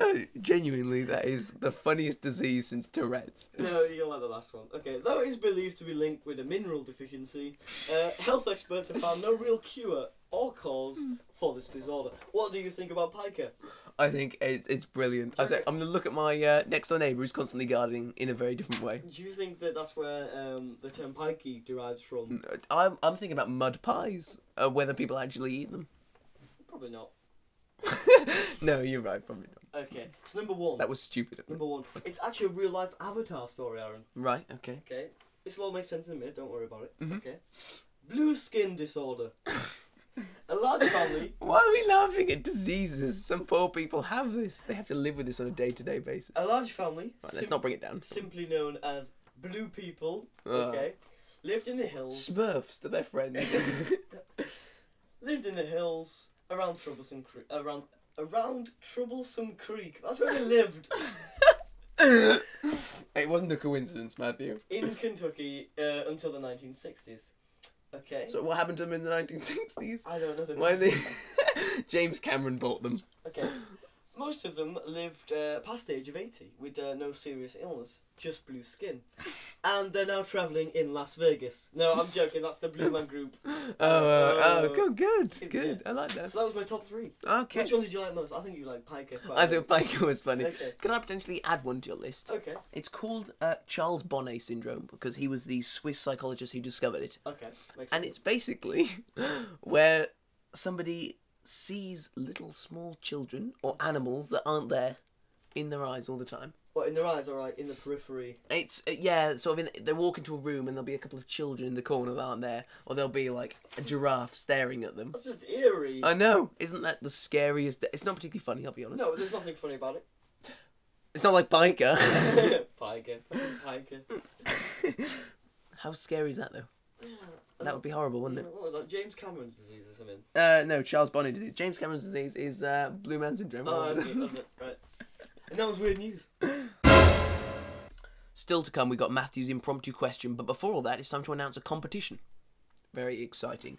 Speaker 2: Uh, genuinely, that is the funniest disease since Tourette's.
Speaker 1: No, you don't like the last one. Okay, though it is believed to be linked with a mineral deficiency, uh, health experts have found no real cure or cause for this disorder. What do you think about pica?
Speaker 2: I think it's, it's brilliant. I say, I'm going to look at my uh, next door neighbour who's constantly gardening in a very different way.
Speaker 1: Do you think that that's where um, the term pikey derives
Speaker 2: Hmm.
Speaker 1: from?
Speaker 2: I'm, I'm thinking about mud pies, uh, whether people actually eat them.
Speaker 1: Probably not.
Speaker 2: No, you're right, probably not.
Speaker 1: Okay, it's number one.
Speaker 2: That was stupid. of me.
Speaker 1: Number one. It's actually a real life Avatar story, Aaron.
Speaker 2: Right, okay.
Speaker 1: Okay, this will all make sense in a minute. Don't worry about
Speaker 2: Mm-hmm.
Speaker 1: it. Okay. Blue skin disorder. a large family
Speaker 2: Why are we laughing at diseases? Some poor people have this. They have to live with this on a day to day basis.
Speaker 1: A large family.
Speaker 2: Right,
Speaker 1: sim-
Speaker 2: let's not bring it down.
Speaker 1: simply known as blue people.
Speaker 2: Ah.
Speaker 1: Okay, lived in the hills.
Speaker 2: Smurfs to their friends.
Speaker 1: Lived in the hills around troublesome creek. Around around troublesome creek. That's where they lived
Speaker 2: it wasn't a coincidence, Matthew.
Speaker 1: in Kentucky uh, until the 1960s. Okay.
Speaker 2: So, what happened to them in the 1960s?
Speaker 1: I don't know. The
Speaker 2: Why they. James Cameron bought them.
Speaker 1: Okay. Most of them lived uh, past the age of 80 with uh, no serious illness, just blue skin. And they're now travelling in Las Vegas. No, I'm joking, that's the Blue Man Group.
Speaker 2: Oh, uh,
Speaker 1: Oh.
Speaker 2: oh, good, good,
Speaker 1: Yeah.
Speaker 2: good. I like that.
Speaker 1: So that was my top three.
Speaker 2: Okay.
Speaker 1: Which one did you like most? I think you like Piker quite
Speaker 2: I
Speaker 1: a bit.
Speaker 2: thought Piker was funny.
Speaker 1: Okay.
Speaker 2: Can I potentially add one to your list?
Speaker 1: Okay,
Speaker 2: It's called uh, Charles Bonnet syndrome because he was the Swiss psychologist who discovered it.
Speaker 1: okay. Makes
Speaker 2: And it's basically where somebody sees little small children or animals that aren't there in their eyes all the time.
Speaker 1: Well, in their eyes, alright, in the periphery.
Speaker 2: It's uh, yeah, sort of. In, they walk into a room and there'll be a couple of children in the corner that aren't there, or there'll be like a giraffe staring at them.
Speaker 1: That's just eerie.
Speaker 2: I know, isn't that the scariest? It's not particularly funny. I'll be honest.
Speaker 1: no, there's nothing funny about
Speaker 2: It's not like biker.
Speaker 1: it. Piker, fucking Piker.
Speaker 2: How scary is that though? That would be horrible, wouldn't it?
Speaker 1: What was that? James Cameron's disease or something?
Speaker 2: Uh, no, Charles Bonnet disease. James Cameron's disease is uh, Blue Man Syndrome.
Speaker 1: Oh, that's it, that's it, right. And that was weird news.
Speaker 2: Still to come, we got Matthew's impromptu question, but before all that, it's time to announce a competition. Very exciting.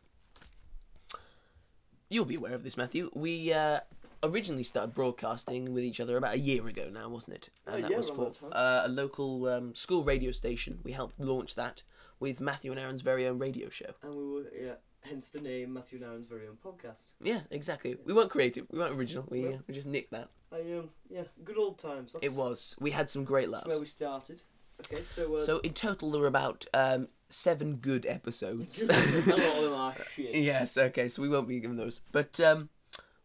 Speaker 2: You'll be aware of this, Matthew. We uh, originally started broadcasting with each other about a year ago now, wasn't it? And
Speaker 1: Oh,
Speaker 2: that
Speaker 1: yeah,
Speaker 2: was
Speaker 1: around
Speaker 2: for
Speaker 1: that time.
Speaker 2: uh, a local um, school radio station. We helped launch that with Matthew and Aaron's very own radio show.
Speaker 1: And we were, yeah, hence the name Matthew and Aaron's very own podcast.
Speaker 2: Yeah, exactly. We weren't creative. We weren't original. We, uh, we just nicked that.
Speaker 1: I um yeah, good old times. That's
Speaker 2: It was. We had some great laughs.
Speaker 1: where we started. Okay, so uh,
Speaker 2: So in total, there were about um, seven good episodes.
Speaker 1: a lot of them are shit.
Speaker 2: yes. Okay. So we won't be giving those, but um,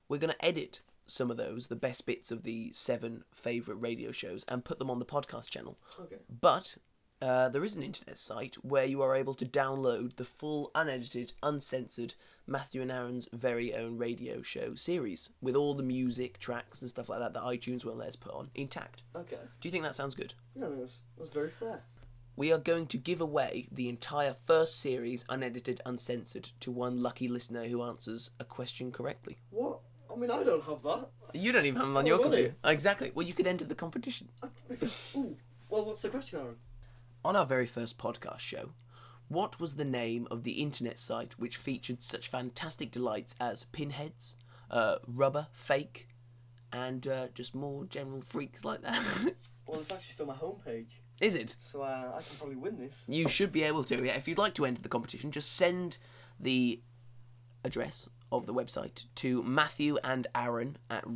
Speaker 2: we're gonna edit some of those, the best bits of the seven favorite radio shows, and put them on the podcast channel.
Speaker 1: Okay.
Speaker 2: But uh, there is an internet site where you are able to download the full, unedited, uncensored Matthew and Aaron's very own radio show series with all the music tracks and stuff like that that iTunes won't let us put on intact.
Speaker 1: Okay.
Speaker 2: Do you think that sounds good?
Speaker 1: Yeah, that's that's very fair.
Speaker 2: we are going to give away the entire first series, unedited, uncensored, to one lucky listener who answers a question correctly.
Speaker 1: What? I mean, I don't have that.
Speaker 2: You don't even have them on your
Speaker 1: really?
Speaker 2: computer. Exactly. Well, you could enter the competition.
Speaker 1: Ooh. Well, what's the question, Aaron?
Speaker 2: On our very first podcast show, what was the name of the internet site which featured such fantastic delights as pinheads, uh, rubber, fake, and uh, just more general freaks like that?
Speaker 1: Well, it's actually still my homepage,
Speaker 2: Is it?
Speaker 1: so uh, I can probably win this.
Speaker 2: You should be able to. Yeah, if you'd like to enter the competition, just send the address of the website to Matthew and Aaron at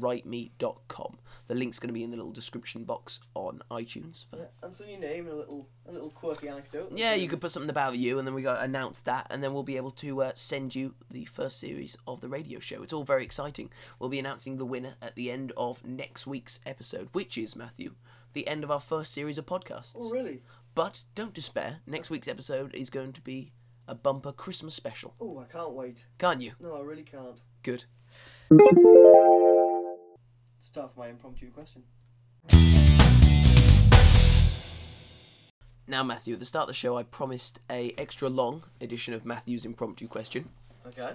Speaker 2: writemeat.com. The link's going to be in the little description box on iTunes.
Speaker 1: Yeah, and so your name and a little, a little quirky anecdote.
Speaker 2: Yeah, you could put something about you, and then we got to announce that, and then we'll be able to uh, send you the first series of the radio show. It's all very exciting. We'll be announcing the winner at the end of next week's episode, which is Matthew, the end of our first series of podcasts.
Speaker 1: Oh, really?
Speaker 2: But don't despair. Next week's episode is going to be a bumper Christmas special.
Speaker 1: Oh, I can't wait.
Speaker 2: Can't you?
Speaker 1: No, I really can't.
Speaker 2: Good.
Speaker 1: It's time for my impromptu question.
Speaker 2: Now, Matthew, at the start of the show, I promised a extra long edition of Matthew's impromptu question,
Speaker 1: Okay.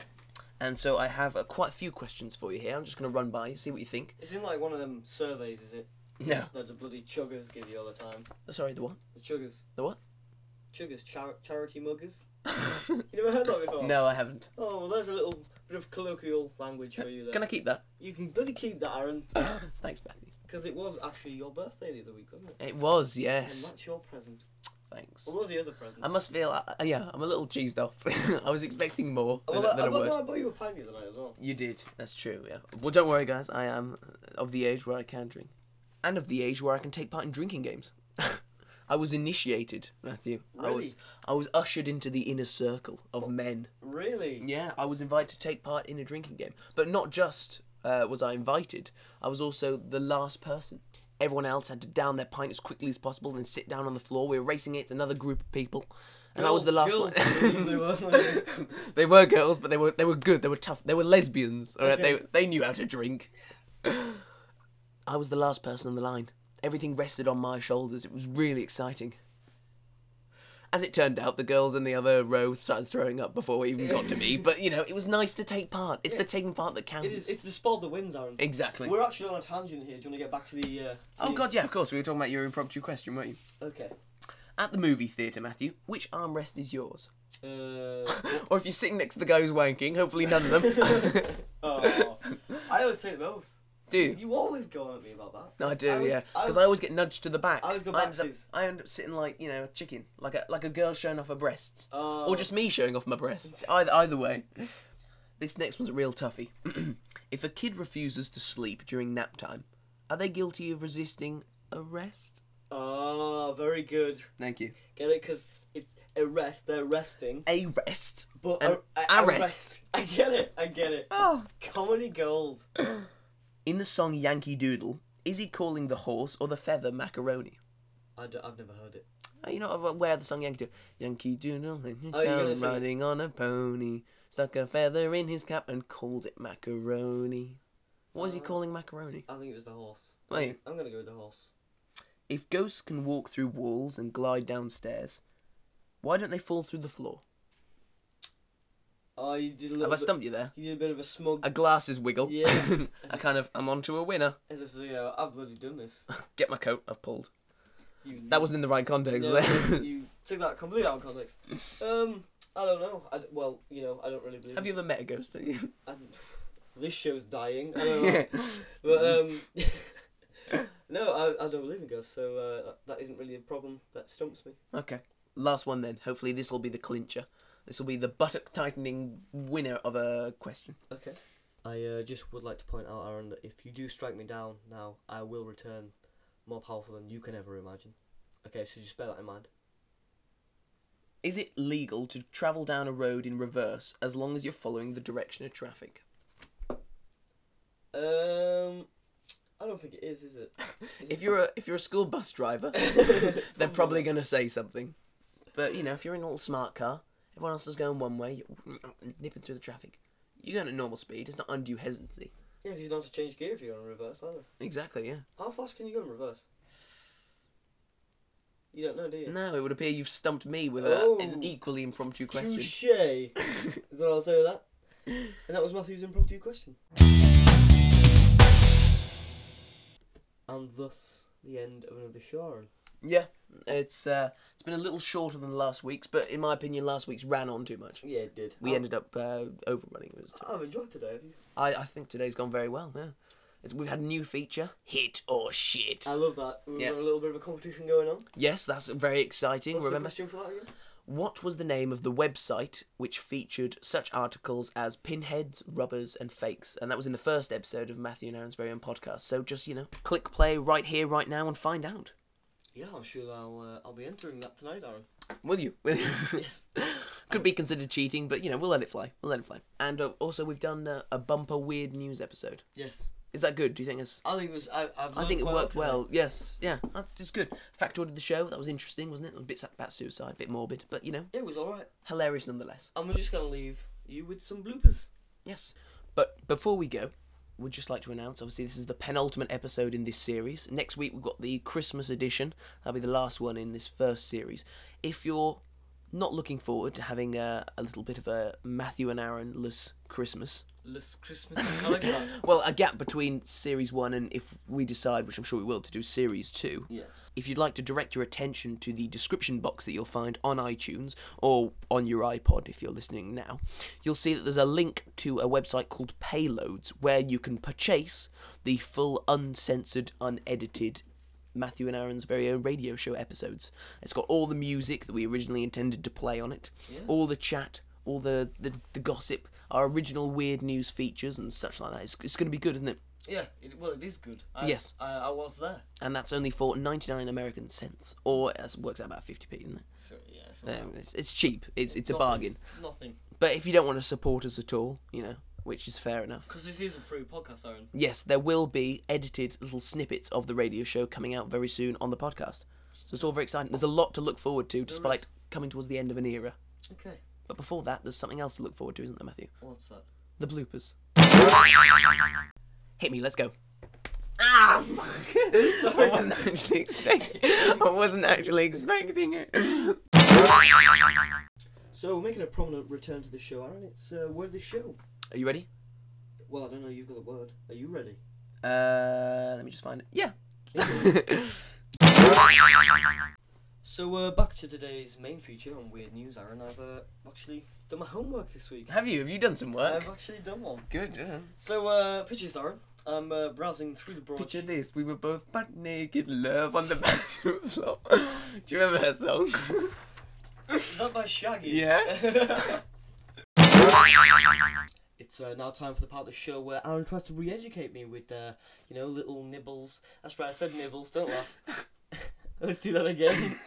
Speaker 2: and so I have uh, quite a few questions for you here. I'm just going to run by, see what you think.
Speaker 1: It's in like one of them surveys, is it?
Speaker 2: No,
Speaker 1: That the bloody chuggers give you all the time.
Speaker 2: Oh, sorry, the what?
Speaker 1: The chuggers.
Speaker 2: The what?
Speaker 1: Chuggers, char- charity muggers. You never heard that before?
Speaker 2: No, I haven't.
Speaker 1: Oh, well, there's a little bit of colloquial language for you there.
Speaker 2: Can I keep that?
Speaker 1: You can bloody keep that, Aaron,
Speaker 2: Thanks, Matthew.
Speaker 1: because it was actually your birthday the other week, wasn't it?
Speaker 2: It was,
Speaker 1: And
Speaker 2: yes.
Speaker 1: that's your present.
Speaker 2: Thanks.
Speaker 1: What was the other present?
Speaker 2: I must feel, uh, yeah, I'm a little cheesed off. I was expecting more
Speaker 1: Oh,
Speaker 2: than,
Speaker 1: well, I,
Speaker 2: than
Speaker 1: I,
Speaker 2: a word.
Speaker 1: no, I bought you a pint the other night as well.
Speaker 2: You did. That's true. Yeah. Well, don't worry, guys. I am of the age where I can drink, and of the age where I can take part in drinking games. I was initiated, Matthew. I was I was ushered into the inner circle
Speaker 1: Oh.
Speaker 2: of men.
Speaker 1: Really?
Speaker 2: Yeah, I was invited to take part in a drinking game, but not just uh, was I invited. I was also the last person. Everyone else had to down their pint as quickly as possible and sit down on the floor. We were racing against another group of people, and I was the last
Speaker 1: Girls,
Speaker 2: one.
Speaker 1: they were, like,
Speaker 2: they were girls, but they were they were good. They were tough. They were lesbians. All right,
Speaker 1: Okay.
Speaker 2: they they knew how to drink. I was the last person on the line. Everything rested on my shoulders. It was really exciting. As it turned out, the girls in the other row started throwing up before it even got to me. But you know, it was nice to take part. It's the taking part that counts.
Speaker 1: it is, it's the spot that wins, Aaron.
Speaker 2: exactly.
Speaker 1: We're actually on a tangent here. Do you want to get back to the. Uh,
Speaker 2: Oh
Speaker 1: the-
Speaker 2: god, yeah, of course. We were talking about your impromptu question, weren't you?
Speaker 1: Okay.
Speaker 2: At the movie theatre, Matthew, which armrest is yours?
Speaker 1: Uh,
Speaker 2: Or if you're sitting next to the guy who's wanking, hopefully none of them.
Speaker 1: oh, I always take both.
Speaker 2: Do you?
Speaker 1: You always go on at me about that.
Speaker 2: No, I do, yeah. 'Cause
Speaker 1: was-
Speaker 2: yeah.
Speaker 1: I
Speaker 2: Because
Speaker 1: was-
Speaker 2: I, always get nudged to the back.
Speaker 1: I always go
Speaker 2: end up,
Speaker 1: backsies.
Speaker 2: I end up sitting like you know a chicken, like a like a girl showing off her breasts,
Speaker 1: Oh.
Speaker 2: or just me showing off my breasts. Either either way. This next one's a real toughie. if a kid refuses to sleep during nap time, are they guilty of resisting arrest?
Speaker 1: Ah, very good.
Speaker 2: Thank you.
Speaker 1: Get it? Because it's arrest. They're resting.
Speaker 2: Arrest.
Speaker 1: But
Speaker 2: An
Speaker 1: ar- a-
Speaker 2: arrest.
Speaker 1: I get it. I get it.
Speaker 2: Oh.
Speaker 1: Comedy gold.
Speaker 2: In the song Yankee Doodle, is he calling the horse or the feather macaroni?
Speaker 1: I d- I've never heard it.
Speaker 2: Are Oh, you not aware of uh, the song Yankee Doodle? Yankee Doodle in
Speaker 1: Oh, you're gonna
Speaker 2: town
Speaker 1: sing it.
Speaker 2: riding on a pony. Stuck a feather in his cap and called it macaroni. What is he calling macaroni?
Speaker 1: I think it was the horse.
Speaker 2: Oh. Wait.
Speaker 1: I'm gonna go with the horse.
Speaker 2: If ghosts can walk through walls and glide downstairs, why don't they fall through the floor?
Speaker 1: Oh, you did a little.
Speaker 2: Have I
Speaker 1: bit-
Speaker 2: stumped you there?
Speaker 1: You did a bit of a smug.
Speaker 2: A glasses wiggle.
Speaker 1: Yeah.
Speaker 2: I kind of, I'm onto a winner.
Speaker 1: As if to say, "Oh, I've bloody done this.
Speaker 2: Get my coat, I've pulled.
Speaker 1: You,
Speaker 2: That wasn't in the right context,
Speaker 1: No,
Speaker 2: was
Speaker 1: you,
Speaker 2: it?
Speaker 1: you took that completely out of context. Um, I don't know. I d- well, you know, I don't really believe.
Speaker 2: Have you ever met a ghost? Have you?
Speaker 1: I, this show's dying. I don't know. But um, no, I, I don't believe in ghosts, so uh, that isn't really a problem that stumps me.
Speaker 2: Okay. Last one then. Hopefully this will be the clincher. This will be the buttock tightening winner of a question.
Speaker 1: Okay. I uh, just would like to point out, Aaron, that if you do strike me down now, I will return more powerful than you can ever imagine. Okay, so just bear that in mind.
Speaker 2: Is it legal to travel down a road in reverse as long as you're following the direction of traffic?
Speaker 1: Um, I don't think it is, is it? Is
Speaker 2: If
Speaker 1: it-
Speaker 2: you're a if you're a school bus driver, they're probably going to say something. But you know, if you're in a little smart car, everyone else is going one way, you're nipping through the traffic. You're going at normal speed. It's not undue hesitancy.
Speaker 1: yeah, 'cause you don't have to change gear if you're going in reverse either.
Speaker 2: Exactly. Yeah.
Speaker 1: How fast can you go in reverse? You don't know, do you?
Speaker 2: No, it would appear you've stumped me with a,
Speaker 1: Oh.
Speaker 2: an equally impromptu question.
Speaker 1: Touche. Is that I'll say to that? And that was Matthew's impromptu question. And thus the end of another show. Aaron.
Speaker 2: Yeah, it's uh, it's been a little shorter than last week's, but in my opinion, last week's ran on too much.
Speaker 1: Yeah, it did.
Speaker 2: We
Speaker 1: I-
Speaker 2: ended up uh, overrunning. It was
Speaker 1: I've enjoyed today, have you?
Speaker 2: I, I think today's gone very well. Yeah, it's, we've had a new feature: hit or shit.
Speaker 1: I love that. We've
Speaker 2: Yeah.
Speaker 1: got a little bit of a competition going on.
Speaker 2: yes, that's very exciting.
Speaker 1: What's the
Speaker 2: Remember,
Speaker 1: question for that again?
Speaker 2: what was the name of the website which featured such articles as pinheads, rubbers, and fakes? And that was in the first episode of Matthew and Aaron's very own podcast. So just you know, click play right here, right now, and find out.
Speaker 1: Yeah, I'm sure I'll uh, I'll be entering that tonight, Aaron.
Speaker 2: Will you? yes. Could be considered cheating, but you know we'll let it fly. We'll let it fly. And uh, also, we've done uh, a bumper weird news episode.
Speaker 1: Yes.
Speaker 2: Is that good? Do you think it's?
Speaker 1: I think it was. I, I've
Speaker 2: I
Speaker 1: learned
Speaker 2: think it
Speaker 1: Oh, quite
Speaker 2: worked
Speaker 1: a lot today.
Speaker 2: well. Yes, yeah, that- it's good. Fact ordered the show. That was interesting, wasn't it? A bit about suicide, a bit morbid, but you know,
Speaker 1: It was alright.
Speaker 2: hilarious nonetheless.
Speaker 1: And we're just going to leave you with some bloopers.
Speaker 2: Yes. But before we go, we'd just like to announce obviously, this is the penultimate episode in this series. Next week, we've got the Christmas edition. That'll be the last one in this first series. If you're not looking forward to having uh, a, a little bit of a Matthew and Aaron less Christmas,
Speaker 1: Last Christmas. I like that.
Speaker 2: well, a gap between series one and if we decide, which I'm sure we will, to do series two.
Speaker 1: Yes.
Speaker 2: If you'd like to direct your attention to the description box that you'll find on iTunes or on your iPod if you're listening now, you'll see that there's a link to a website called Payloads where you can purchase the full uncensored, unedited Matthew and Aaron's very own radio show episodes. It's got all the music that we originally intended to play on it, all the chat, all the, the, the gossip, our original weird news features and such like that. It's, it's going to be good, isn't it?
Speaker 1: Yeah, it, well, it is good. I,
Speaker 2: Yes.
Speaker 1: I, I was there.
Speaker 2: And that's only for 99 American cents, or it works out about 50p, isn't it?
Speaker 1: So, yeah. So
Speaker 2: Um, it's, it's cheap. It's it's a
Speaker 1: nothing-
Speaker 2: bargain.
Speaker 1: Nothing.
Speaker 2: But if you don't want to support us at all, you know, which is fair enough.
Speaker 1: Because this is a free podcast, Aaron.
Speaker 2: Yes, there will be edited little snippets of the radio show coming out very soon on the podcast. So it's all very exciting. There's a lot to look forward to, despite coming towards the end of an era.
Speaker 1: Okay.
Speaker 2: But before that, there's something else to look forward to, isn't there, Matthew?
Speaker 1: What's that?
Speaker 2: The bloopers. Hit me. Let's go. Ah! I wasn't actually expecting. I wasn't actually expecting it.
Speaker 1: So, we're making a prominent return to the show, Aaron. It's uh, Word of the Show.
Speaker 2: Are you ready?
Speaker 1: Well, I don't know, you've got the word. Are you ready?
Speaker 2: Uh, let me just find it. Yeah.
Speaker 1: So, uh, back to today's main feature on Weird News, Aaron. I've uh, actually done my homework this week.
Speaker 2: Have you? Have you done some work?
Speaker 1: I've actually done one.
Speaker 2: Good. Yeah.
Speaker 1: So, uh, pictures, Aaron. I'm uh, browsing through the broadsheet.
Speaker 2: Picture this: we were both butt naked, in love on the bathroom floor. Do you remember that song?
Speaker 1: Is that by Shaggy?
Speaker 2: Yeah.
Speaker 1: it's uh, now time for the part of the show where Aaron tries to re-educate me with, uh, you know, little nibbles. That's right, I said nibbles. Don't laugh. Let's do that again.